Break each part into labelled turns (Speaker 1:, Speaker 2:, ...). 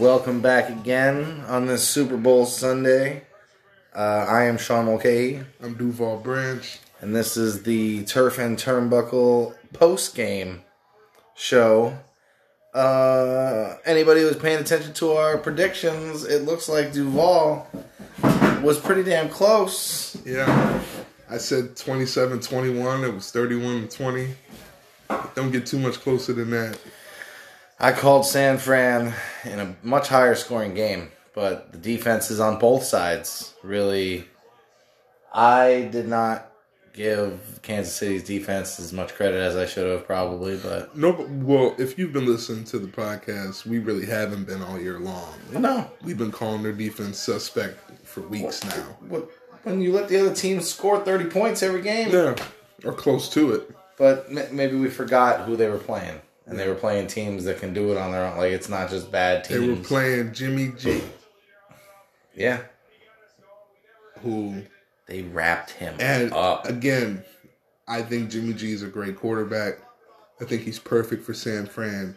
Speaker 1: Welcome back again on this Super Bowl Sunday. Uh, I am Sean Mulcahy,
Speaker 2: I'm Duval Branch.
Speaker 1: and this is the Turf and Turnbuckle post game show. Uh, anybody who was paying attention to our predictions, it looks like Duval was pretty damn close.
Speaker 2: Yeah. I said 27 21. It was 31 20. Don't get too much closer than that.
Speaker 1: I called San Fran in a much higher scoring game, but the defenses on both sides really. I did not give Kansas City's defense as much credit as I should have, probably, but
Speaker 2: No, but- well, if you've been listening to the podcast, we really haven't been all year long.
Speaker 1: no.
Speaker 2: We've been calling their defense suspect for weeks now.
Speaker 1: What- When you let the other team score 30 points every game,
Speaker 2: Yeah, or close to it.
Speaker 1: but ma- maybe we forgot who they were playing. And they were playing teams that can do it on their own. Like, it's not just bad
Speaker 2: They
Speaker 1: teams.
Speaker 2: were playing Jimmy G,
Speaker 1: yeah.
Speaker 2: who,
Speaker 1: They wrapped him
Speaker 2: and
Speaker 1: up.
Speaker 2: again, I think Jimmy G is a great quarterback. I think he's perfect for San Fran.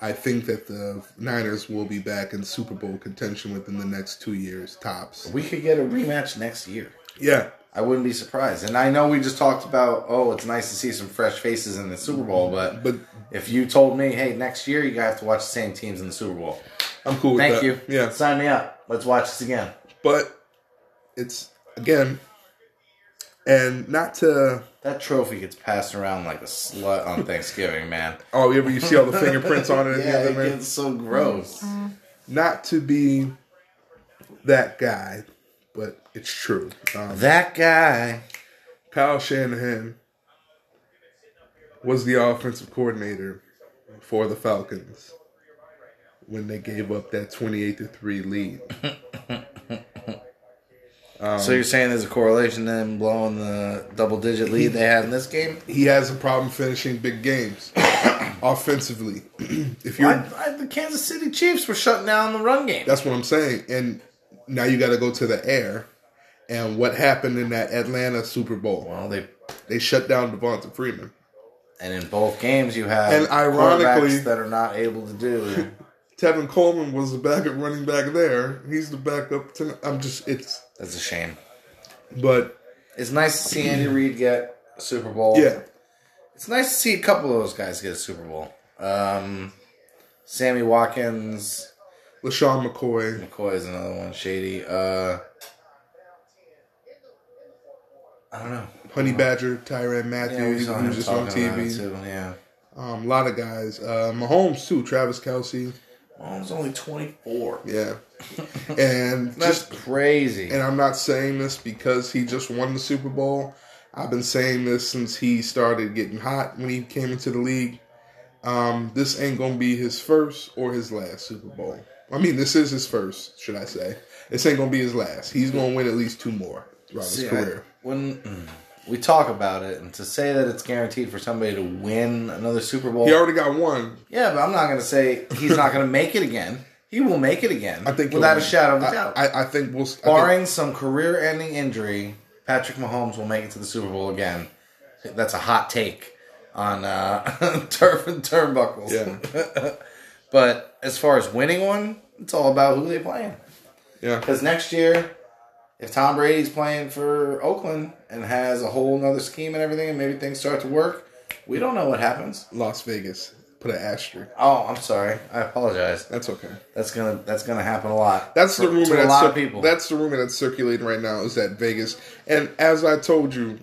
Speaker 2: I think that the Niners will be back in Super Bowl contention within the next two years, tops.
Speaker 1: We could get a rematch next year.
Speaker 2: Yeah,
Speaker 1: I wouldn't be surprised. And I know we just talked about, oh, it's nice to see some fresh faces in the Super Bowl, but,
Speaker 2: but
Speaker 1: if you told me, hey, next year you have to watch the same teams in the Super Bowl,
Speaker 2: I'm cool with
Speaker 1: thank
Speaker 2: that.
Speaker 1: you.
Speaker 2: Yeah,
Speaker 1: Sign me up. Let's watch this again.
Speaker 2: but it's, again, and not to
Speaker 1: That trophy gets passed around like a slut on Thanksgiving, man.
Speaker 2: Oh, you ever you see all the fingerprints on it? and the
Speaker 1: yeah,
Speaker 2: other
Speaker 1: it
Speaker 2: man?
Speaker 1: gets so gross.
Speaker 2: Not to be that guy, but it's true. Um,
Speaker 1: That guy.
Speaker 2: Kyle Shanahan was the offensive coordinator for the Falcons when they gave up that twenty-eight to three lead. Um,
Speaker 1: so you're saying there's a correlation then blowing the double digit lead they had in this game?
Speaker 2: He has a problem finishing big games offensively. if you're
Speaker 1: I, I, the Kansas City Chiefs were shutting down the run game.
Speaker 2: That's what I'm saying. And now you got to go to the air. And what happened in that Atlanta Super Bowl?
Speaker 1: Well, they
Speaker 2: They shut down Devonta Freeman.
Speaker 1: And in both games, you have
Speaker 2: And ironically-
Speaker 1: quarterbacks that are not able to do.
Speaker 2: Tevin Coleman was the backup running back there. He's the backup tonight. I'm just it's
Speaker 1: That's a shame.
Speaker 2: but
Speaker 1: It's nice to see Andy Reid get a Super Bowl.
Speaker 2: yeah.
Speaker 1: it's nice to see a couple of those guys get a Super Bowl. Um, Sammy Watkins,
Speaker 2: LaShawn McCoy.
Speaker 1: McCoy is another one. Shady. Uh, I don't know.
Speaker 2: Honey Badger,
Speaker 1: Uh-huh.
Speaker 2: Tyran
Speaker 1: Yeah, we
Speaker 2: Matthews,
Speaker 1: saw
Speaker 2: who
Speaker 1: him
Speaker 2: was just on
Speaker 1: talking about it
Speaker 2: TV.
Speaker 1: too. Yeah,
Speaker 2: Um, a lot of guys. Uh Mahomes too, Travis Kelsey.
Speaker 1: Mahomes only twenty four.
Speaker 2: Yeah. and
Speaker 1: That's
Speaker 2: just
Speaker 1: crazy.
Speaker 2: and I'm not saying this because he just won the Super Bowl. I've been saying this since he started getting hot when he came into the league. Um, this ain't gonna be his first or his last Super Bowl. I mean, this is his first, should I say? This ain't gonna be his last. He's gonna win at least two more throughout
Speaker 1: See,
Speaker 2: his
Speaker 1: I-
Speaker 2: career.
Speaker 1: when mm, we talk about it, and to say that it's guaranteed for somebody to win another Super Bowl,
Speaker 2: He already got one.
Speaker 1: yeah, but I'm not going to say he's not going to make it again. He will make it again.
Speaker 2: I think he'll
Speaker 1: without a
Speaker 2: win.
Speaker 1: shadow of a
Speaker 2: I-
Speaker 1: doubt,
Speaker 2: I, I think we'll. I think,
Speaker 1: barring some career-ending injury, Patrick Mahomes will make it to the Super Bowl again. That's a hot take on uh, turf and turnbuckles.
Speaker 2: yeah,
Speaker 1: But as far as winning one, it's all about who they playing.
Speaker 2: yeah.
Speaker 1: Because next year, if Tom Brady's playing for Oakland and has a whole nother scheme and everything, and maybe things start to work, we don't know what happens.
Speaker 2: Las Vegas put an asterisk.
Speaker 1: Oh, I'm sorry. I apologize.
Speaker 2: That's okay.
Speaker 1: That's gonna that's gonna happen a lot.
Speaker 2: That's the
Speaker 1: For-
Speaker 2: rumor
Speaker 1: to a
Speaker 2: that's
Speaker 1: lot
Speaker 2: cir-
Speaker 1: of people.
Speaker 2: That's the rumor that's circulating right now is that Vegas. And as I told you,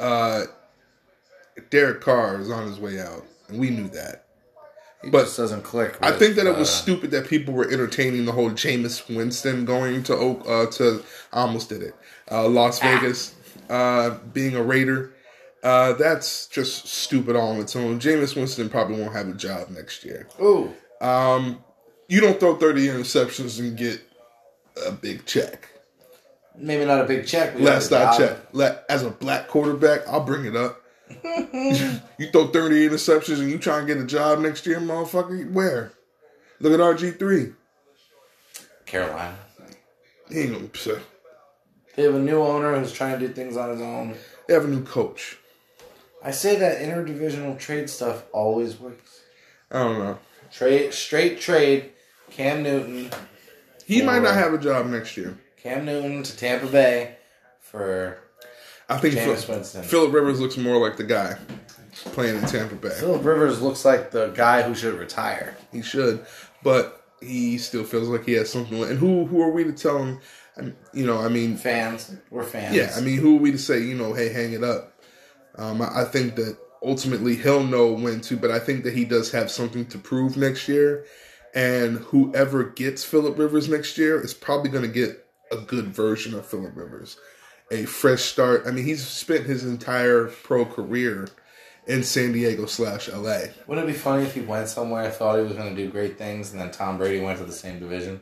Speaker 2: uh, Derek Carr is on his way out, and we knew that.
Speaker 1: It
Speaker 2: but-
Speaker 1: just doesn't click.
Speaker 2: I
Speaker 1: with,
Speaker 2: think that it was
Speaker 1: uh,
Speaker 2: stupid that people were entertaining the whole Jameis Winston going to Oak uh, to I almost did it uh, Las Vegas uh, being a Raider. Uh, that's just stupid all on its own. Jameis Winston probably won't have a job next year.
Speaker 1: ooh.
Speaker 2: You don't throw thirty interceptions and get a big check.
Speaker 1: Maybe not a big check. but
Speaker 2: Last
Speaker 1: you
Speaker 2: I
Speaker 1: have a dollar.
Speaker 2: checked, la- as a black quarterback, I'll bring it up. you throw 30 interceptions and you try and get a job next year, motherfucker, where? Look at RG3.
Speaker 1: Carolina.
Speaker 2: He ain't gonna psh,
Speaker 1: They have a new owner who's trying to do things on his own.
Speaker 2: They have a new coach.
Speaker 1: I say that interdivisional trade stuff always works.
Speaker 2: I don't know.
Speaker 1: Trade straight trade Cam Newton,
Speaker 2: He might not
Speaker 1: Or-
Speaker 2: have a job next year.
Speaker 1: Cam Newton to Tampa Bay for
Speaker 2: I think
Speaker 1: Jameis
Speaker 2: Phil-
Speaker 1: Winston.
Speaker 2: Philip Rivers looks more like the guy playing in Tampa Bay.
Speaker 1: Philip Rivers looks like the guy who should retire.
Speaker 2: He should, but he still feels like he has something. Left. And who who are we to tell him? I'm- You know, I mean,
Speaker 1: Fans, we're fans.
Speaker 2: yeah, I mean, who are we to say? You know, hey, hang it up. Um, I, I think that ultimately he'll know when to, but I think that he does have something to prove next year. And whoever gets Philip Rivers next year is probably going to get a good version of Philip Rivers, a fresh start. I mean, he's spent his entire pro career in San Diego slash LA.
Speaker 1: Wouldn't it be funny if he went somewhere, thought he was going to do great things, and then Tom Brady went to the same division?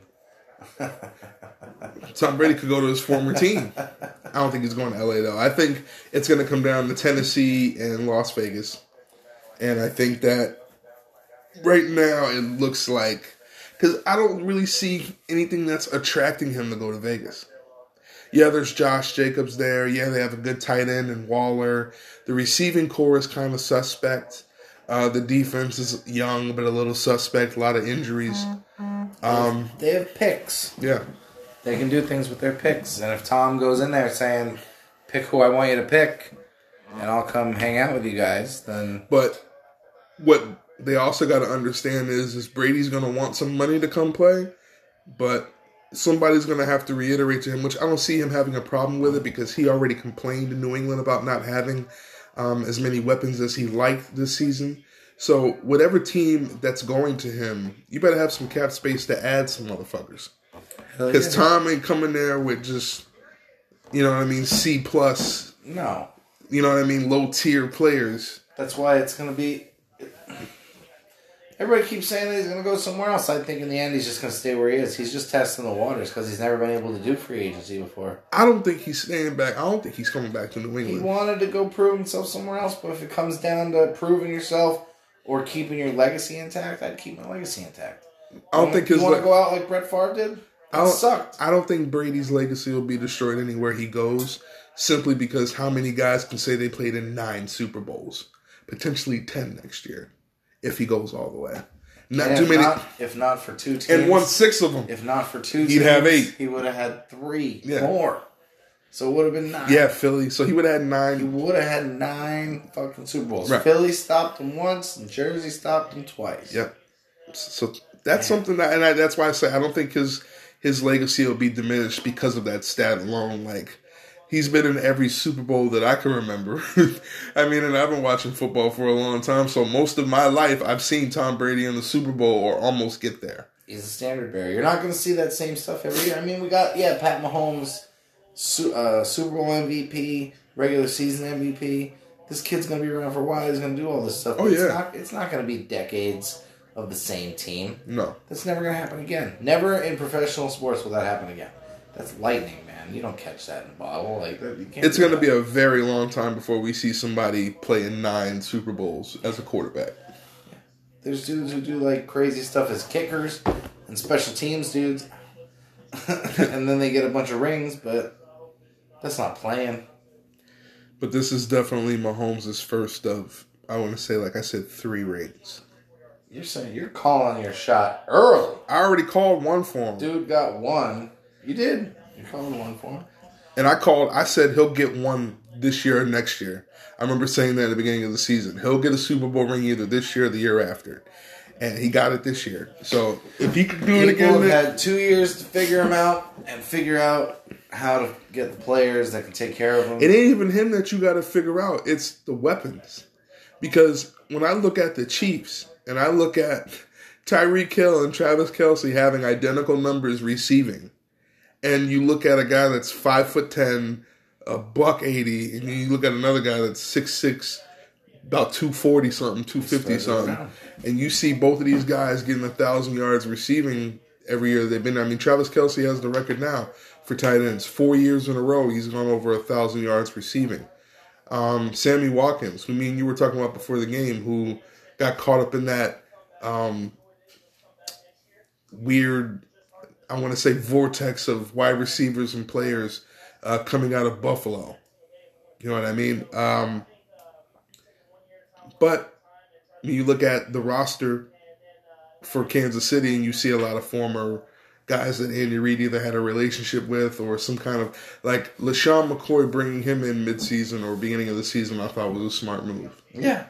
Speaker 2: Tom Brady could go to his former team. I don't think he's going to LA though. I think it's going to come down to Tennessee and Las Vegas, and I think that right now it looks like because I don't really see anything that's attracting him to go to Vegas. Yeah, there's Josh Jacobs there. Yeah, they have a good tight end and Waller. The receiving core is kind of suspect. Uh, the defense is young but a little suspect. A lot of injuries. Um,
Speaker 1: They have picks.
Speaker 2: yeah.
Speaker 1: They can do things with their picks. And if Tom goes in there saying, pick who I want you to pick, and I'll come hang out with you guys, then
Speaker 2: But what they also got to understand is is Brady's going to want some money to come play, but somebody's going to have to reiterate to him, which I don't see him having a problem with it because he already complained in New England about not having um, as many weapons as he liked this season. So whatever team that's going to him, you better have some cap space to add some motherfuckers.
Speaker 1: Hell
Speaker 2: Because
Speaker 1: yeah.
Speaker 2: Tom ain't coming there with just, you know what I mean, C plus,
Speaker 1: no.
Speaker 2: you know what I mean, low tier players.
Speaker 1: That's why it's going to be. Everybody keeps saying that he's going to go somewhere else. I think in the end he's just going to stay where he is. He's just testing the waters because he's never been able to do free agency before.
Speaker 2: I don't think he's staying back. I don't think he's coming back to New
Speaker 1: He
Speaker 2: England.
Speaker 1: wanted to go prove himself somewhere else, but if it comes down to proving yourself or keeping your legacy intact, I'd keep my legacy intact.
Speaker 2: I don't think
Speaker 1: you
Speaker 2: his.
Speaker 1: want to
Speaker 2: le-
Speaker 1: go out like Brett Favre did. That
Speaker 2: I don't-
Speaker 1: sucked.
Speaker 2: I don't think Brady's legacy will be destroyed anywhere he goes, simply because how many guys can say they played in nine Super Bowls, potentially ten next year, if he goes all the way. Not
Speaker 1: And
Speaker 2: too
Speaker 1: if
Speaker 2: many,
Speaker 1: Not, if not for two teams,
Speaker 2: and won six of them.
Speaker 1: If not for two,
Speaker 2: He'd have eight.
Speaker 1: He would have had three
Speaker 2: Yeah.
Speaker 1: more. So it would have been nine.
Speaker 2: Yeah, Philly. So he would have had
Speaker 1: He
Speaker 2: nine.
Speaker 1: would have had nine fucking Super Bowls.
Speaker 2: Right.
Speaker 1: Philly stopped him once, and Jersey stopped him twice.
Speaker 2: Yep. So that's something that, and I, that's why I say I don't think his his legacy will be diminished because of that stat alone. Like he's been in every Super Bowl that I can remember. I mean, and I've been watching football for a long time, so most of my life I've seen Tom Brady in the Super Bowl or almost get there.
Speaker 1: He's a standard bearer. You're not going to see that same stuff every year. I mean, we got yeah, Pat Mahomes, Su- uh, Super Bowl MVP, regular season MVP. This kid's going to be around for a while. He's going to do all this stuff.
Speaker 2: Oh,
Speaker 1: It's
Speaker 2: yeah.
Speaker 1: not, it's not going to be decades of the same team.
Speaker 2: No,
Speaker 1: That's never going to happen again. Never in professional sports will that happen again. That's lightning, man. You don't catch that in a bottle. Like that, you can't
Speaker 2: it's
Speaker 1: do
Speaker 2: going to
Speaker 1: that.
Speaker 2: be a very long time before we see somebody play in nine Super Bowls as a quarterback.
Speaker 1: There's dudes who do like crazy stuff as kickers and special teams dudes, and then they get a bunch of rings, but that's not playing.
Speaker 2: But this is definitely Mahomes' first of I want to say, like I said, three rings.
Speaker 1: You're saying you're calling your shot early.
Speaker 2: I already called one for him.
Speaker 1: Dude got one. You did. You're calling one for him.
Speaker 2: And I called, I said he'll get one this year or next year. I remember saying that at the beginning of the season. He'll get a Super Bowl ring either this year or the year after. And he got it this year. So if he could do
Speaker 1: People
Speaker 2: it again,
Speaker 1: have
Speaker 2: then-
Speaker 1: had two years to figure him out and figure out how to get the players that can take care of
Speaker 2: it
Speaker 1: him.
Speaker 2: ain't even him that you got to figure out. It's the weapons. Because when I look at the Chiefs and I look at Tyreek Hill and Travis Kelsey having identical numbers receiving, and you look at a guy that's five foot ten, a buck eighty, and you look at another guy that's six six, about two forty something, two fifty something, and you see both of these guys getting a thousand yards receiving every year they've been. I mean, Travis Kelsey has the record now for tight ends. Four years in a row, he's gone over a thousand yards receiving. Um, Sammy Watkins, who me and you were talking about before the game, who got caught up in that um, weird I want to say vortex of wide receivers and players uh, coming out of Buffalo. You know what I mean? Um, but when you look at the roster, for Kansas City, and you see a lot of former guys that Andy Reid either had a relationship with or some kind of like LaShawn McCoy bringing him in midseason or beginning of the season. I thought was a smart move,
Speaker 1: Yeah.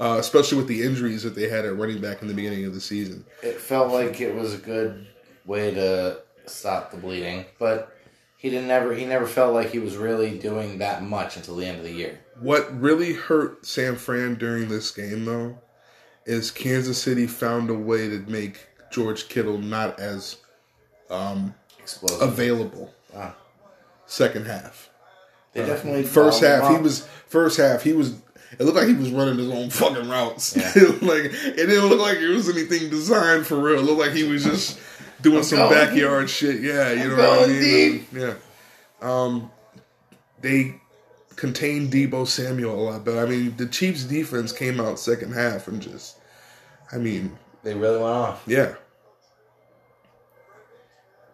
Speaker 2: uh, especially with the injuries that they had at running back in the beginning of the season.
Speaker 1: It felt like it was a good way to stop the bleeding, but he didn't ever he never felt like he was really doing that much until the end of the year.
Speaker 2: What really hurt San Fran during this game, though, is Kansas City found a way to make George Kittle not as um,
Speaker 1: Explosive.
Speaker 2: available.
Speaker 1: Ah.
Speaker 2: Second half,
Speaker 1: they definitely
Speaker 2: first
Speaker 1: followed him
Speaker 2: half he
Speaker 1: up.
Speaker 2: was first half he was. It looked like he was running his own fucking routes.
Speaker 1: Yeah.
Speaker 2: like it didn't look like it was anything designed for real. It looked like he was just doing some
Speaker 1: going
Speaker 2: backyard shit. Yeah, you
Speaker 1: I'm
Speaker 2: know what I
Speaker 1: going
Speaker 2: mean. Yeah. Um, they contained Debo Samuel a lot better. I mean, the Chiefs' defense came out second half and just, I mean,
Speaker 1: they really went off.
Speaker 2: yeah.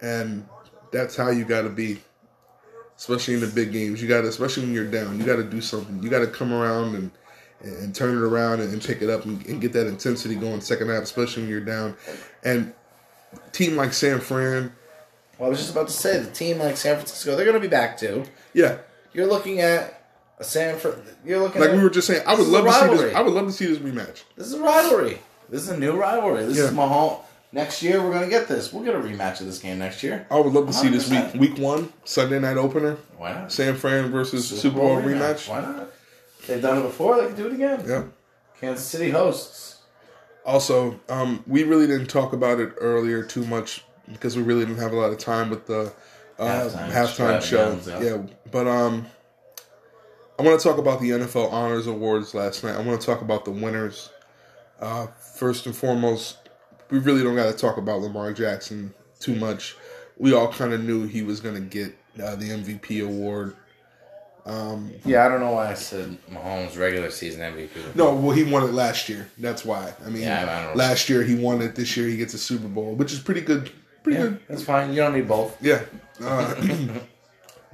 Speaker 2: And that's how you got to be, especially in the big games. You got to, especially when you're down, you got to do something. You got to come around and and turn it around and pick it up and, and get that intensity going second half, especially when you're down. And team like San Fran,
Speaker 1: Well, I was just about to say the team like San Francisco, they're going to be back too.
Speaker 2: yeah,
Speaker 1: You're looking at a San Fran. You're looking
Speaker 2: like
Speaker 1: at
Speaker 2: we were just saying, I would
Speaker 1: This is a
Speaker 2: love to see this.
Speaker 1: rivalry.
Speaker 2: I would love to see this rematch.
Speaker 1: this is a rivalry. This is a new rivalry. This is
Speaker 2: Yeah.
Speaker 1: Mahomes. Next year we're going to get this. We'll get a rematch of this game next year.
Speaker 2: I would love to see this week
Speaker 1: 100%.
Speaker 2: week one Sunday night opener,
Speaker 1: Why not?
Speaker 2: San Fran versus Super Bowl rematch.
Speaker 1: Why not? They've done it before. They can do it again.
Speaker 2: Yeah.
Speaker 1: Kansas City hosts.
Speaker 2: Also, um, we really didn't talk about it earlier too much because we really didn't have a lot of time with the uh,
Speaker 1: Halftime
Speaker 2: halftime, show.
Speaker 1: extravaganza.
Speaker 2: Yeah, but um, I want to talk about the NFL Honors Awards last night. I want to talk about the winners. Uh, first and foremost, we really don't got to talk about Lamar Jackson too much. We all kind of knew he was going to get uh, the MVP award. Um,
Speaker 1: Yeah, I don't know why I said Mahomes regular season MVP.
Speaker 2: No, well, he won it last year. That's why. I mean,
Speaker 1: Yeah, I don't know.
Speaker 2: last year he won it. This year he gets a Super Bowl, which is pretty good. Pretty
Speaker 1: yeah,
Speaker 2: good.
Speaker 1: that's fine. You don't need both.
Speaker 2: Yeah. Uh,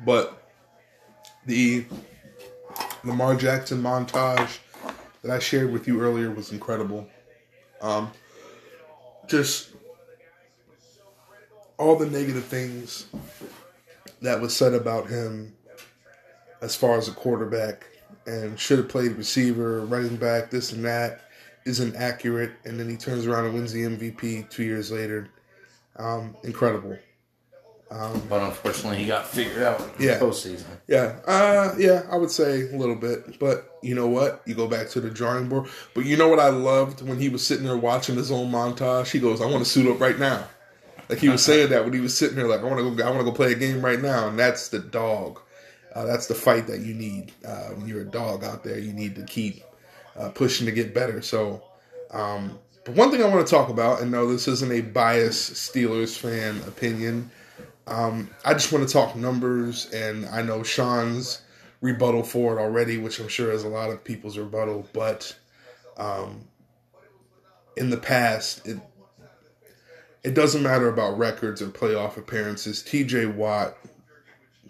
Speaker 2: but the Lamar Jackson montage that I shared with you earlier was incredible. Um, just all the negative things that was said about him as far as a quarterback and should have played receiver, running back, this and that isn't accurate. And then he turns around and wins the MVP two years later. Um, incredible.
Speaker 1: But unfortunately, he got figured out in
Speaker 2: Yeah.
Speaker 1: the postseason.
Speaker 2: Yeah, uh, yeah, I would say a little bit, but you know what? You go back to the drawing board. But you know what I loved when he was sitting there watching his own montage. He goes, "I want to suit up right now." Like he was saying that when he was sitting there, like, "I want to go, I want to go play a game right now." And that's the dog. Uh, that's the fight that you need uh, when you're a dog out there. You need to keep uh, pushing to get better. So, um, but one thing I want to talk about, and no, this isn't a biased Steelers fan opinion. I just want to talk numbers, and I know Sean's rebuttal for it already, which I'm sure is a lot of people's rebuttal. But um, in the past, it it doesn't matter about records or playoff appearances. T.J. Watt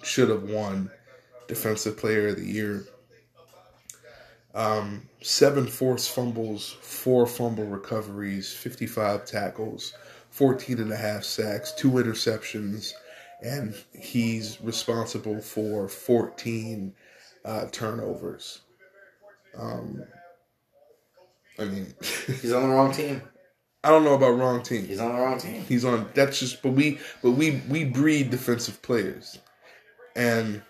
Speaker 2: should have won Defensive Player of the Year. Um, seven forced fumbles, four fumble recoveries, 55 tackles, 14 and a half sacks, two interceptions and he's responsible for 14 uh, turnovers. Um, I mean,
Speaker 1: He's on the wrong team.
Speaker 2: I don't know about wrong team.
Speaker 1: He's on the wrong team.
Speaker 2: He's on. That's just. But we. But we. We breed defensive players, and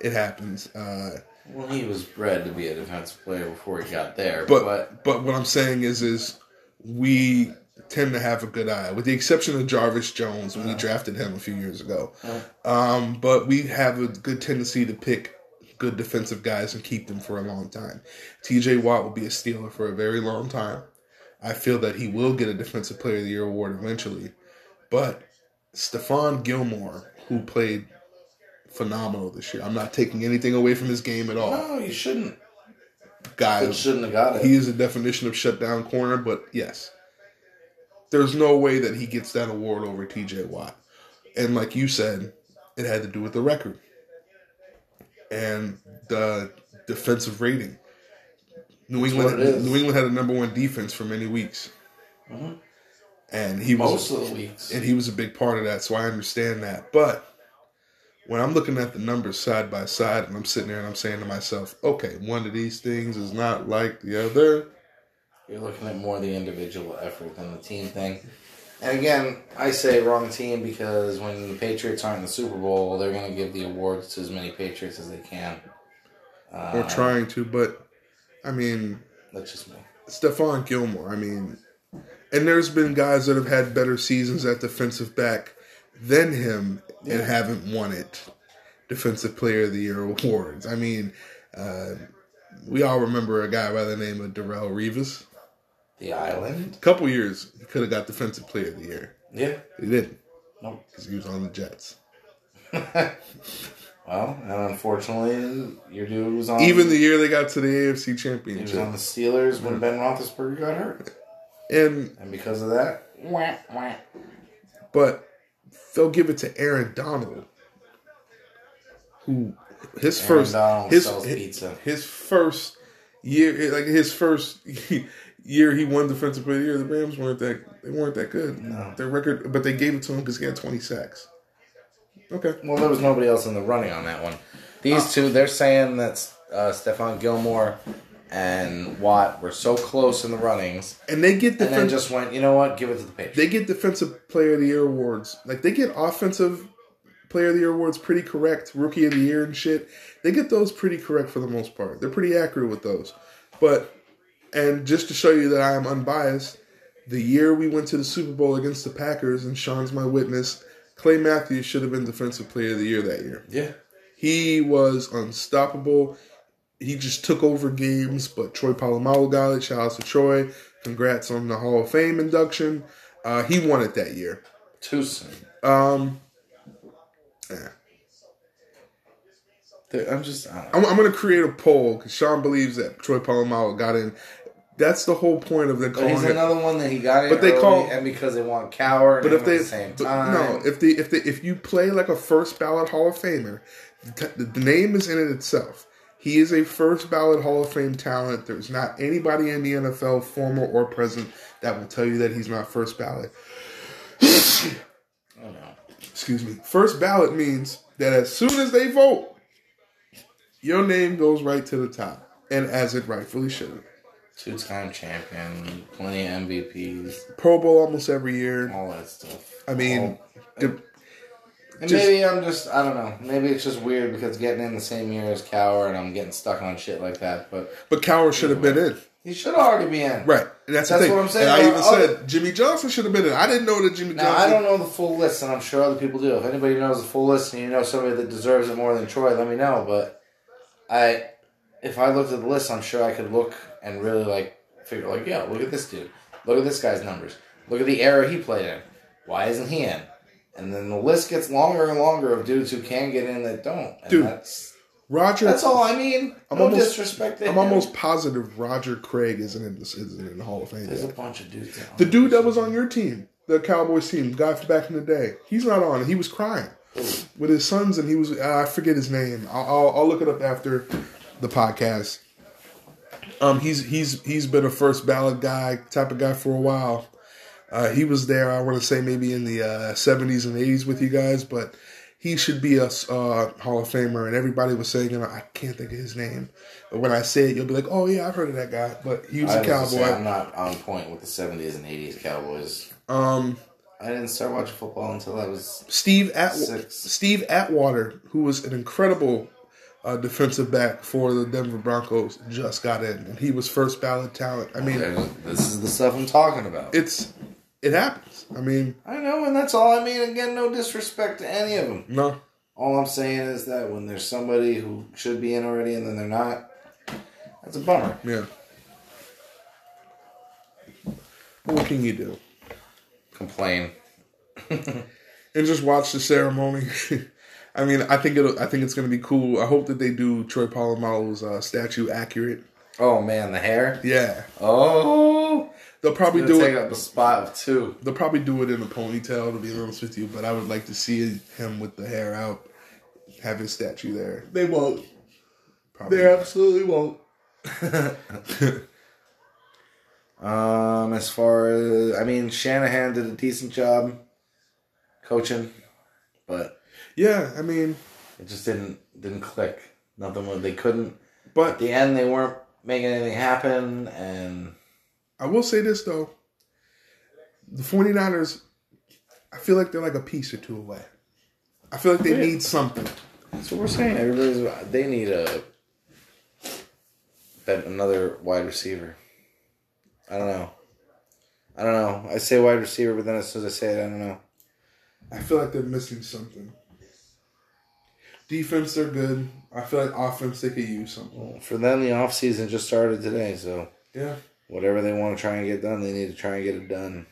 Speaker 2: it happens. Uh,
Speaker 1: Well, he was bred to be a defensive player before he got there. But,
Speaker 2: But but what I'm saying is is we tend to have a good eye, with the exception of Jarvis Jones when we drafted him a few years ago. Um, but we have a good tendency to pick good defensive guys and keep them for a long time. T.J. Watt will be a Steeler for a very long time. I feel that he will get a Defensive Player of the Year award eventually, but Stephon Gilmore, who played phenomenal this year, I'm not taking anything away from his game at all.
Speaker 1: no, you shouldn't. He
Speaker 2: Guys,
Speaker 1: shouldn't have got it.
Speaker 2: he is the definition of shutdown corner, but yes. There's no way that he gets that award over TJ Watt. And like you said, it had to do with the record and the defensive rating. New
Speaker 1: what
Speaker 2: England
Speaker 1: it is.
Speaker 2: New England had a number one defense for many weeks.
Speaker 1: Mhm.
Speaker 2: and he was
Speaker 1: most of the weeks.
Speaker 2: and he was a big part of that, so I understand that. But when I'm looking at the numbers side by side, and I'm sitting there and I'm saying to myself, okay, one of these things is not like the other.
Speaker 1: You're looking at more the individual effort than the team thing. And again, I say wrong team because when the Patriots aren't in the Super Bowl, they're going to give the awards to as many Patriots as they can. Uh,
Speaker 2: We're trying to, but I mean,
Speaker 1: That's just me.
Speaker 2: Stephon Gilmore. I mean, and there's been guys that have had better seasons at defensive back than him and
Speaker 1: Yeah.
Speaker 2: haven't won it. Defensive Player of the Year awards. I mean, uh, we all remember a guy by the name of Darrell Reeves.
Speaker 1: The island?
Speaker 2: A couple years, he could have got Defensive Player of the Year.
Speaker 1: Yeah.
Speaker 2: He didn't
Speaker 1: Nope.
Speaker 2: because he was on the Jets.
Speaker 1: Well, and unfortunately, your dude was on.
Speaker 2: Even the year they got to the AFC
Speaker 1: he was on
Speaker 2: Championship,
Speaker 1: the Steelers when Ben Roethlisberger got hurt,
Speaker 2: and
Speaker 1: and because of that, wah, wah.
Speaker 2: but they'll give it to Aaron Donald, who his
Speaker 1: Aaron
Speaker 2: first
Speaker 1: Donald
Speaker 2: his
Speaker 1: sells
Speaker 2: his-
Speaker 1: pizza.
Speaker 2: his first year, like his first year he won defensive player of the year. The Rams weren't that they weren't that good.
Speaker 1: No.
Speaker 2: Their record, but they gave it to him because he had twenty sacks. Okay,
Speaker 1: Well, there was nobody else in the running on that one. These two, they're saying that uh, Stefan Gilmore and Watt were so close in the runnings,
Speaker 2: and they get
Speaker 1: and then
Speaker 2: defensive
Speaker 1: just went, you know what, give it to the Patriots.
Speaker 2: they get defensive player of the year awards. Like they get offensive player of the year awards pretty correct, rookie of the year and shit. They get those pretty correct for the most part. They're pretty accurate with those. But and just to show you that I am unbiased, the year we went to the Super Bowl against the Packers and Sean's my witness, Clay Matthews should have been defensive player of the year that year.
Speaker 1: yeah,
Speaker 2: He was unstoppable. He just took over games, but Troy Polamalu got it. Shout out to Troy. Congrats on the Hall of Fame induction. Uh, he won it that year.
Speaker 1: too soon.
Speaker 2: Um, eh. yeah.
Speaker 1: They're- I'm just, I don't know.
Speaker 2: I'm, I'm going to create a poll because Sean believes that Troy Polamalu got in. That's the whole point of the
Speaker 1: But
Speaker 2: calling
Speaker 1: he's
Speaker 2: it.
Speaker 1: another one that he got in
Speaker 2: But they
Speaker 1: early,
Speaker 2: call-
Speaker 1: and because they want Cower,
Speaker 2: But if they,
Speaker 1: at the same
Speaker 2: but
Speaker 1: time,
Speaker 2: no, if they, if they, if you play like a first ballot Hall of Famer, the, the name is in it itself. He is a first ballot Hall of Fame talent. There's not anybody in the NFL, former or present, that will tell you that he's not first ballot.
Speaker 1: I don't know.
Speaker 2: Excuse me. First ballot means that as soon as they vote, your name goes right to the top, and as it rightfully should.
Speaker 1: two-time champion, plenty of MVPs,
Speaker 2: Pro Bowl almost every year.
Speaker 1: all that stuff.
Speaker 2: I mean, the-
Speaker 1: And
Speaker 2: Just-
Speaker 1: maybe I'm just I don't know. Maybe it's just weird because getting in the same year as Cower and I'm getting stuck on shit like that. But
Speaker 2: but Cowher should have been in.
Speaker 1: he should already be in.
Speaker 2: Right. And that's,
Speaker 1: That's
Speaker 2: the thing.
Speaker 1: what I'm saying.
Speaker 2: And I
Speaker 1: Uh,
Speaker 2: even
Speaker 1: other-
Speaker 2: said Jimmy Johnson should have been in. I didn't know that Jimmy
Speaker 1: Now I
Speaker 2: Johnson.
Speaker 1: don't know the full list, and I'm sure other people do. If anybody knows the full list and you know somebody that deserves it more than Troy, let me know. But I, if I looked at the list, I'm sure I could look and really like figure like, yeah, look at this dude. Look at this guy's numbers. Look at the era he played in. Why isn't he in? And then the list gets longer and longer of dudes who can get in that don't. And
Speaker 2: Dude.
Speaker 1: that's
Speaker 2: Roger.
Speaker 1: that's all I mean.
Speaker 2: I'm
Speaker 1: no
Speaker 2: almost-
Speaker 1: disrespect. to
Speaker 2: I'm
Speaker 1: him.
Speaker 2: almost positive Roger Craig isn't in, this, isn't in the Hall of Fame.
Speaker 1: There's a
Speaker 2: yet.
Speaker 1: bunch of dudes. that-
Speaker 2: The dude that was on your team, the Cowboys team, guy from back in the day, he's not on. He was crying with his sons, and he was, uh, I forget his name. I'll, I'll, I'll look it up after the podcast. Um, he's he's he's been a first ballot guy type of guy for a while. Uh, he was there, I want to say maybe in the uh, 70s and 80s with you guys, but he should be a uh, Hall of Famer. And everybody was saying, you know, I can't think of his name. But when I say it, you'll be like, oh, yeah, I've heard of that guy. But he was
Speaker 1: I
Speaker 2: a
Speaker 1: was gonna say,
Speaker 2: cowboy.
Speaker 1: I'm not on point with the 70s and 80s Cowboys.
Speaker 2: Um,
Speaker 1: I didn't start watching football until I was
Speaker 2: Steve At-
Speaker 1: Six.
Speaker 2: Steve Atwater, who was an incredible uh, defensive back for the Denver Broncos, just got in, and he was first ballot talent. I mean,
Speaker 1: This is the stuff I'm talking about.
Speaker 2: it's it happens. I mean,
Speaker 1: I know, and that's all I mean. Again, no disrespect to any of them.
Speaker 2: no,
Speaker 1: All I'm saying is that when there's somebody who should be in already and then they're not, that's a bummer.
Speaker 2: yeah. What can you do?
Speaker 1: Complain.
Speaker 2: And just watch the ceremony. I mean, I think it'll. I think it's going to be cool. I hope that they do Troy Polamalu's uh, statue accurate.
Speaker 1: Oh man, the hair.
Speaker 2: Yeah,
Speaker 1: Oh,
Speaker 2: they'll probably
Speaker 1: we
Speaker 2: do
Speaker 1: take
Speaker 2: it.
Speaker 1: up a spot of two.
Speaker 2: They'll probably do it in a ponytail, to be honest with you. But I would like to see him with the hair out, have his statue there.
Speaker 1: They won't.
Speaker 2: Probably.
Speaker 1: absolutely won't. Um, as far as I mean, Shanahan did a decent job coaching, but
Speaker 2: Yeah, I mean,
Speaker 1: it just didn't didn't click. Nothing. was- They couldn't. At
Speaker 2: but
Speaker 1: the end, they weren't making anything happen, and
Speaker 2: I will say this though. The 49ers, I feel like they're like a piece or two away. I feel like they
Speaker 1: Yeah.
Speaker 2: need something.
Speaker 1: that's what we're saying. Everybody's they need a that another wide receiver. I don't know. I don't know. I say wide receiver, but then as soon as I say it, I don't know.
Speaker 2: I feel like they're missing something. Defense, they're good. I feel like offense, they could use something.
Speaker 1: For them, the offseason just started today, so
Speaker 2: Yeah.
Speaker 1: whatever they want to try and get done, they need to try and get it done.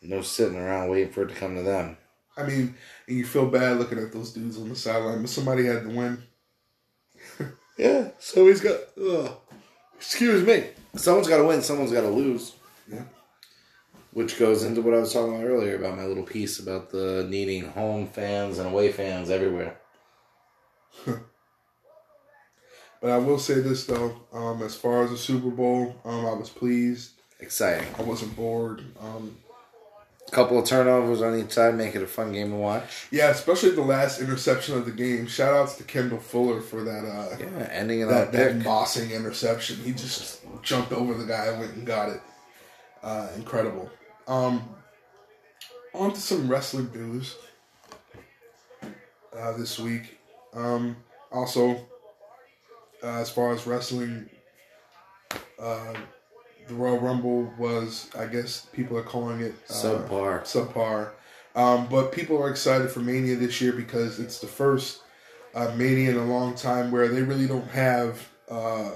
Speaker 1: No sitting around waiting for it to come to them.
Speaker 2: I mean, and you feel bad looking at those dudes on the sideline, but somebody had to win.
Speaker 1: Yeah, so he's got. Ugh. Excuse me. Someone's got to win. Someone's got to lose.
Speaker 2: Yeah.
Speaker 1: Which goes into what I was talking about earlier about my little piece about the needing home fans and away fans everywhere.
Speaker 2: But I will say this though, um, as far as the Super Bowl, um, I was pleased.
Speaker 1: Exciting.
Speaker 2: I wasn't bored. Um,
Speaker 1: Couple of turnovers on each side make it a fun game to watch.
Speaker 2: yeah, especially the last interception of the game. Shout outs to Kendall Fuller for that uh,
Speaker 1: Yeah, ending it on a
Speaker 2: that, that
Speaker 1: pick.
Speaker 2: mossing interception. He just jumped over the guy and went and got it. Uh, incredible. Um, on to some wrestling news uh, this week. Um, also, uh, as far as wrestling, uh, the Royal Rumble was, I guess people are calling it uh,
Speaker 1: Subpar.
Speaker 2: subpar. Um, but people are excited for Mania this year because it's the first uh, Mania in a long time where they really don't have uh,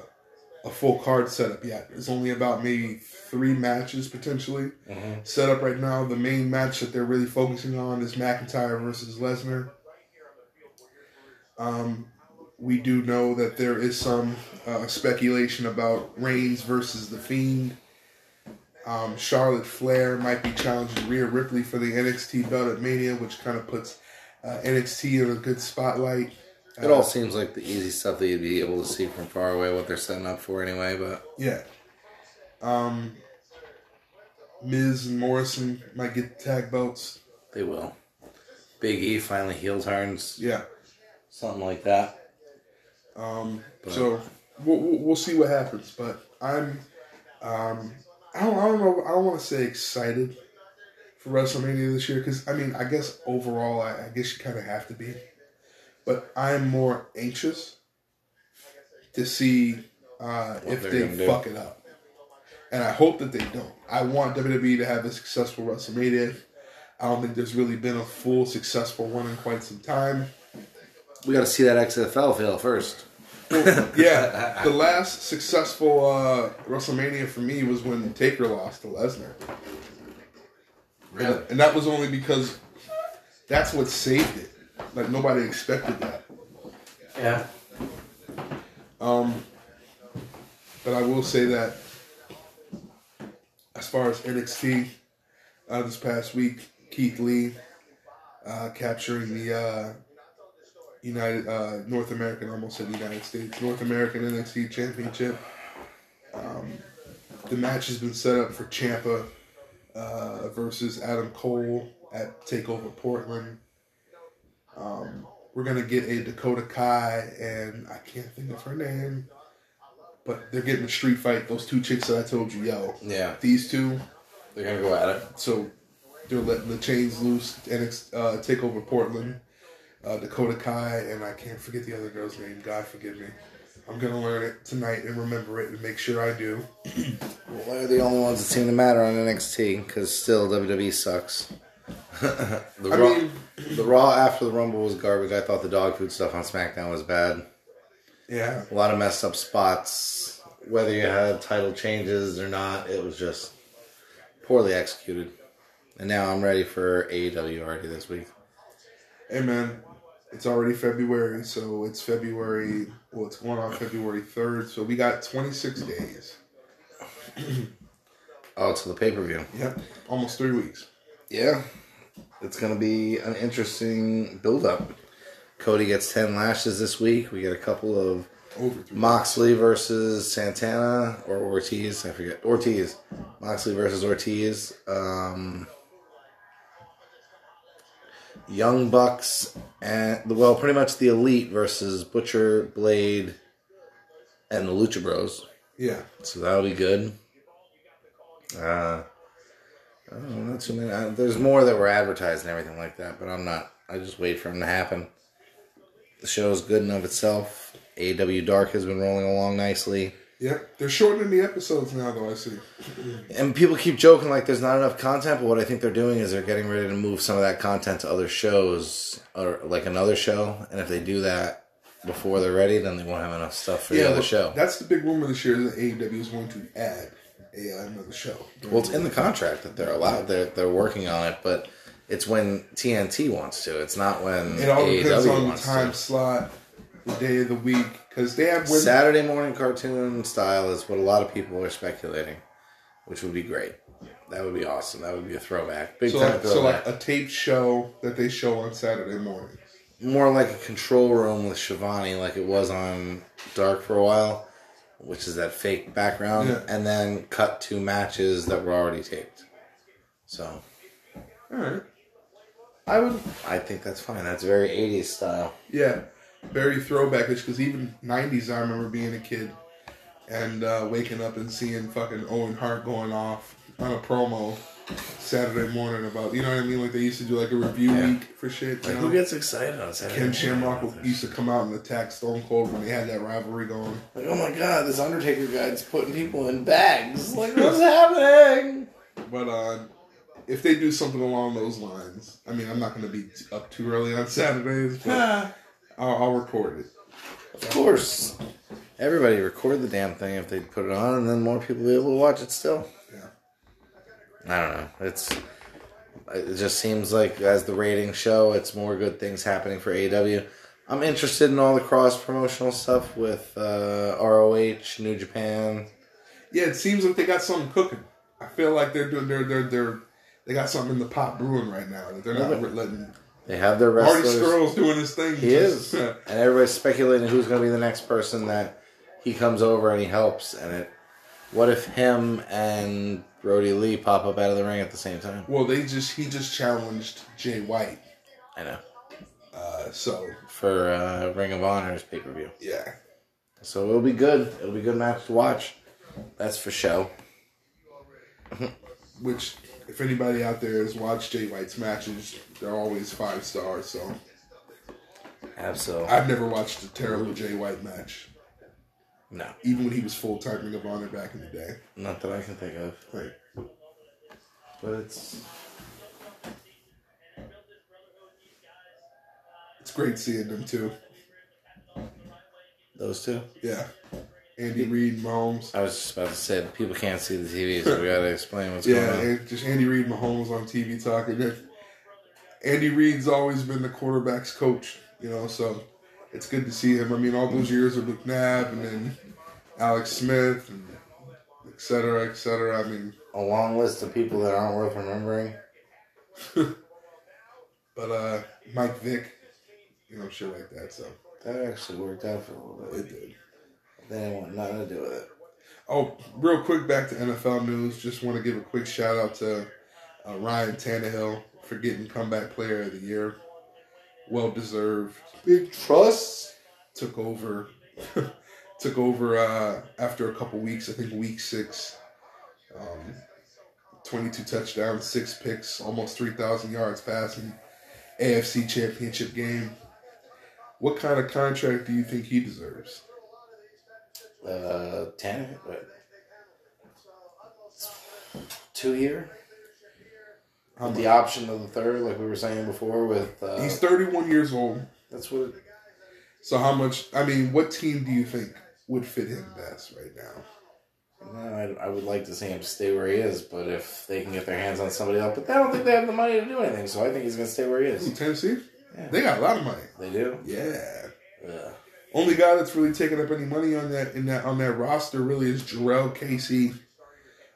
Speaker 2: a full card set up yet. It's only about maybe three matches potentially
Speaker 1: Mhm.
Speaker 2: set up right now. The main match that they're really focusing on is McIntyre versus Lesnar. Um, we do know that there is some uh, speculation about Reigns versus The Fiend. Um, Charlotte Flair might be challenging Rhea Ripley for the NXT belt at Mania, which kind of puts uh, NXT in a good spotlight.
Speaker 1: It all seems like the easy stuff that you'd be able to see from far away what they're setting up for anyway, but
Speaker 2: Yeah. Um, Miz and Morrison might get tag belts.
Speaker 1: they will. Big E finally heel turns,
Speaker 2: Yeah.
Speaker 1: something like that.
Speaker 2: Um,
Speaker 1: But-
Speaker 2: so we'll, we'll we'll see what happens. But I'm, um, I don't, I don't know. I don't want to say excited for WrestleMania this year because I mean, I guess overall, I, I guess you kind of have to be. But I'm more anxious to see uh, if
Speaker 1: they're gonna do.
Speaker 2: they fuck it up. And I hope that they don't. I want WWE to have a successful WrestleMania. I don't think there's really been a full successful one in quite some time.
Speaker 1: We got to see that XFL fail first.
Speaker 2: yeah, the last successful uh, WrestleMania for me was when Taker lost to Lesnar, and, and that was only because that's what saved it. Like nobody expected that.
Speaker 1: Yeah.
Speaker 2: Um, but I will say that as far as NXT uh, this past week, Keith Lee uh, capturing the uh, United uh, North American, I almost said United States North American NXT Championship. Um, the match has been set up for Champa uh, versus Adam Cole at Takeover Portland. Um, we're gonna get a Dakota Kai and I can't think of her name, but they're getting a street fight. Those two chicks that I told you, yo,
Speaker 1: Yeah.
Speaker 2: these two.
Speaker 1: They're going to go at it.
Speaker 2: So they're letting the chains loose and uh, take over Portland. Uh, Dakota Kai and I can't forget the other girl's name. God forgive me. I'm gonna learn it tonight and remember it and make sure I do.
Speaker 1: Well, they're the only ones that seem to matter on NXT because still WWE sucks. the,
Speaker 2: I
Speaker 1: Raw,
Speaker 2: mean,
Speaker 1: the Raw after the Rumble was garbage. I thought the dog food stuff on SmackDown was bad.
Speaker 2: yeah,
Speaker 1: A lot of messed up spots. Whether you had title changes or not, it was just poorly executed. And now I'm ready for AEW already this week.
Speaker 2: hey man, it's already February, so it's February. Well, it's going on February third, so we got 26 days.
Speaker 1: Oh, to the pay per view.
Speaker 2: Yep, almost three weeks.
Speaker 1: Yeah. It's going to be an interesting build up. Cody gets 10 lashes this week. We get a couple of
Speaker 2: Over three.
Speaker 1: Moxley versus Santana or Ortiz. I forget. Ortiz. Moxley versus Ortiz. Um, Young Bucks and well, pretty much the Elite versus Butcher, Blade, and the Lucha Bros.
Speaker 2: yeah.
Speaker 1: So that'll be good. Uh, I don't know, not too many. I, there's more that were advertised and everything like that, but I'm not. I just wait for them to happen. The show is good in of itself. AW Dark has been rolling along nicely,
Speaker 2: Yeah. They're shortening the episodes now, though, I see.
Speaker 1: and people keep joking like there's not enough content. But what I think they're doing is they're getting ready to move some of that content to other shows or like another show. And if they do that before they're ready, then they won't have enough stuff for the other
Speaker 2: look,
Speaker 1: show.
Speaker 2: That's the big rumor this year that AEW is going to add a, another show.
Speaker 1: Well, it's in the contract that they're allowed. They're they're working on it, but it's when TNT wants to. It's not when
Speaker 2: It all depends
Speaker 1: AEW
Speaker 2: on the
Speaker 1: wants
Speaker 2: time
Speaker 1: to.
Speaker 2: slot, the day of the week, because they have women.
Speaker 1: Saturday morning cartoon style is what a lot of people are speculating, which would be great. That would be awesome. That would be a throwback, big
Speaker 2: so,
Speaker 1: time
Speaker 2: like, so
Speaker 1: throwback.
Speaker 2: like a taped show that they show on Saturday morning.
Speaker 1: More like a control room with Shivani, like it was on Dark for a while, which is that fake background,
Speaker 2: Yeah.
Speaker 1: and then cut to matches that were already taped. So
Speaker 2: All right.
Speaker 1: I would. I think that's fine. That's very '80s style.
Speaker 2: Yeah, very throwbackish because even '90s. I remember being a kid and uh, waking up and seeing fucking Owen Hart going off on a promo Saturday morning about you know what I mean. Like they used to do like a review
Speaker 1: Yeah.
Speaker 2: week for shit. You
Speaker 1: Like, who
Speaker 2: know?
Speaker 1: gets excited on Saturday?
Speaker 2: Ken
Speaker 1: morning?
Speaker 2: Shamrock would- used to come out and attack Stone Cold when they had that rivalry going.
Speaker 1: Like, oh my god, this Undertaker guy's putting people in bags. Like, what's happening?
Speaker 2: But uh, if they do something along those lines, I mean, I'm not going to be t- up too early on Saturdays, but
Speaker 1: of
Speaker 2: I'll, I'll record it.
Speaker 1: course. Everybody record the damn thing if they put it on, and then more people be able to watch it still.
Speaker 2: Yeah.
Speaker 1: I don't know. It's it just seems like as the ratings show, it's more good things happening for AW. I'm interested in all the cross promotional stuff with uh, ROH, New Japan.
Speaker 2: Yeah, it seems like they got something cooking. I feel like they're doing they're they're they're they got something in the pot brewing right now that they're not
Speaker 1: Yeah.
Speaker 2: letting.
Speaker 1: They have their
Speaker 2: Marty
Speaker 1: wrestlers.
Speaker 2: Skrull's doing his thing.
Speaker 1: He is. and everybody's speculating who's going to be the next person that he comes over and he helps. And it, what if him and Brody Lee pop up out of the ring at the same time?
Speaker 2: Well, they just he just challenged Jay White,
Speaker 1: I know
Speaker 2: uh, so
Speaker 1: for uh, Ring of Honor's pay per view.
Speaker 2: yeah.
Speaker 1: So it'll be good. It'll be a good match to watch. That's for show.
Speaker 2: Which, if anybody out there has watched Jay White's matches, they're always five stars. So
Speaker 1: Absolutely.
Speaker 2: I've never watched a terrible Jay White match,
Speaker 1: No,
Speaker 2: even when he was full time Ring of Honor back in the day.
Speaker 1: not that I can think of.
Speaker 2: Like,
Speaker 1: But it's
Speaker 2: it's great seeing them too.
Speaker 1: those two.
Speaker 2: Yeah, Andy Reid, Mahomes.
Speaker 1: I was just about to say people can't see the TV, so we got to explain what's
Speaker 2: Yeah,
Speaker 1: going on.
Speaker 2: and just Andy Reid, Mahomes on TV talking. And Andy Reid's always been the quarterback's coach, you know, so it's good to see him. I mean, all those years with McNabb and then Alex Smith and et cetera, et cetera. I mean,
Speaker 1: A long list of people that aren't worth remembering.
Speaker 2: but uh, Mike Vick, you know, shit like that. So
Speaker 1: That actually worked out for a little bit.
Speaker 2: it did.
Speaker 1: They didn't want nothing to do with it.
Speaker 2: Oh, real quick, back to NFL news. Just want to give a quick shout out to uh, Ryan Tannehill for getting comeback player of the year. Well deserved.
Speaker 1: Big trust.
Speaker 2: took over took over uh, after a couple weeks i think week six um, 22 touchdowns six picks almost 3000 yards passing afc championship game what kind of contract do you think he deserves
Speaker 1: Uh, ten. But two year.
Speaker 2: How
Speaker 1: The
Speaker 2: much?
Speaker 1: option of the third, like we were saying before, with uh,
Speaker 2: he's 31 years old
Speaker 1: that's what. It,
Speaker 2: so how much i mean what team do you think would fit him best right now
Speaker 1: no, I, I would like to see him stay where he is, but if they can get their hands on somebody else, but I don't think they have the money to do anything, so I think he's gonna stay where he
Speaker 2: Ooh,
Speaker 1: is.
Speaker 2: tennessee
Speaker 1: Yeah.
Speaker 2: they got a lot of money
Speaker 1: They do.
Speaker 2: yeah
Speaker 1: Yeah.
Speaker 2: Only guy that's really taken up any money on that in that on that roster really is Jarrell Casey,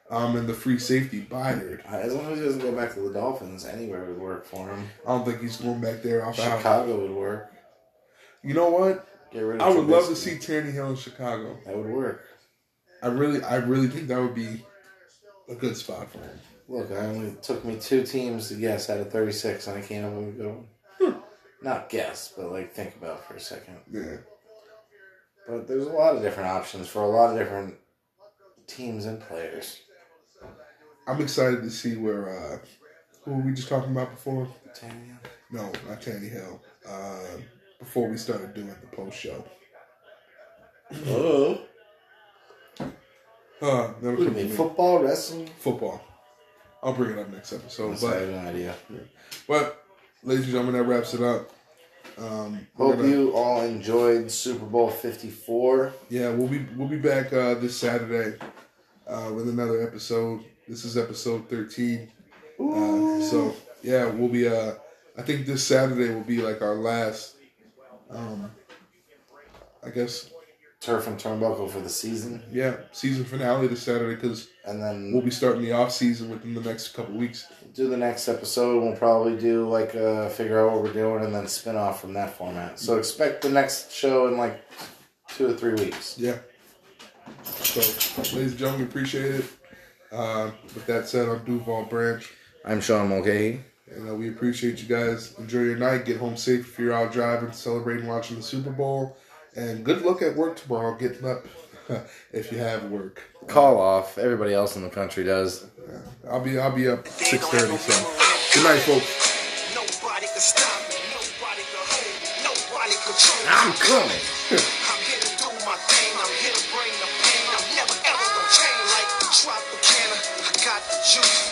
Speaker 2: um, and the free safety Byard.
Speaker 1: As long as he doesn't go back to the Dolphins, anywhere would work for him.
Speaker 2: I don't think he's going back there off out.
Speaker 1: Chicago would work.
Speaker 2: You know what?
Speaker 1: Get rid
Speaker 2: I would love to
Speaker 1: Trubisky.
Speaker 2: see Tanny Hill in Chicago.
Speaker 1: That would work.
Speaker 2: I really, I really think that would be a good spot for him.
Speaker 1: Look, I only it took me two teams to guess out of 36, and I came up with a good one. Not guess, but like think about for a second.
Speaker 2: Yeah,
Speaker 1: But there's a lot of different options for a lot of different teams and players.
Speaker 2: I'm excited to see where. uh Who were we just talking about before?
Speaker 1: Tanya?
Speaker 2: No, not Tanny Hill. Uh, before we started doing the post show,
Speaker 1: Oh.
Speaker 2: uh, that
Speaker 1: What do
Speaker 2: was
Speaker 1: you mean? Football, wrestling?
Speaker 2: football. I'll bring it up next episode.
Speaker 1: Yes, I
Speaker 2: But
Speaker 1: have an idea.
Speaker 2: But, ladies and gentlemen, that wraps it up. Um, we're
Speaker 1: Hope
Speaker 2: gonna-
Speaker 1: you all enjoyed Super Bowl 54.
Speaker 2: Yeah, we'll be we'll be back uh, this Saturday uh, with another episode. This is episode thirteen. Uh, so yeah, we'll be. Uh, I think this Saturday will be like our last. Um, I guess
Speaker 1: Turf and turnbuckle for the season.
Speaker 2: yeah, season finale this Saturday because
Speaker 1: And then
Speaker 2: we'll be starting the off season within the next couple weeks.
Speaker 1: do the next episode. We'll probably do like uh, figure out what we're doing and then spin off from that format. So expect the next show in like two or three weeks.
Speaker 2: Yeah. So, ladies and gentlemen, appreciate it. Uh, with that said, I'm Duval Branch.
Speaker 1: I'm Sean Mulcahy.
Speaker 2: And uh, we appreciate you guys. Enjoy your night. Get home safe if you're out driving, celebrating, watching the Super Bowl. And good luck at work tomorrow, getting up if you have work.
Speaker 1: Call off. Everybody else in the country does.
Speaker 2: I'll be I'll be up six thirty. So good night, folks.
Speaker 3: Nobody can stop me. Nobody can hold me. Nobody control me.
Speaker 1: I'm coming.
Speaker 3: I'm here to do my thing. I'm here to bring the pain. I'm never ever gonna change like the Tropicana. I got the juice.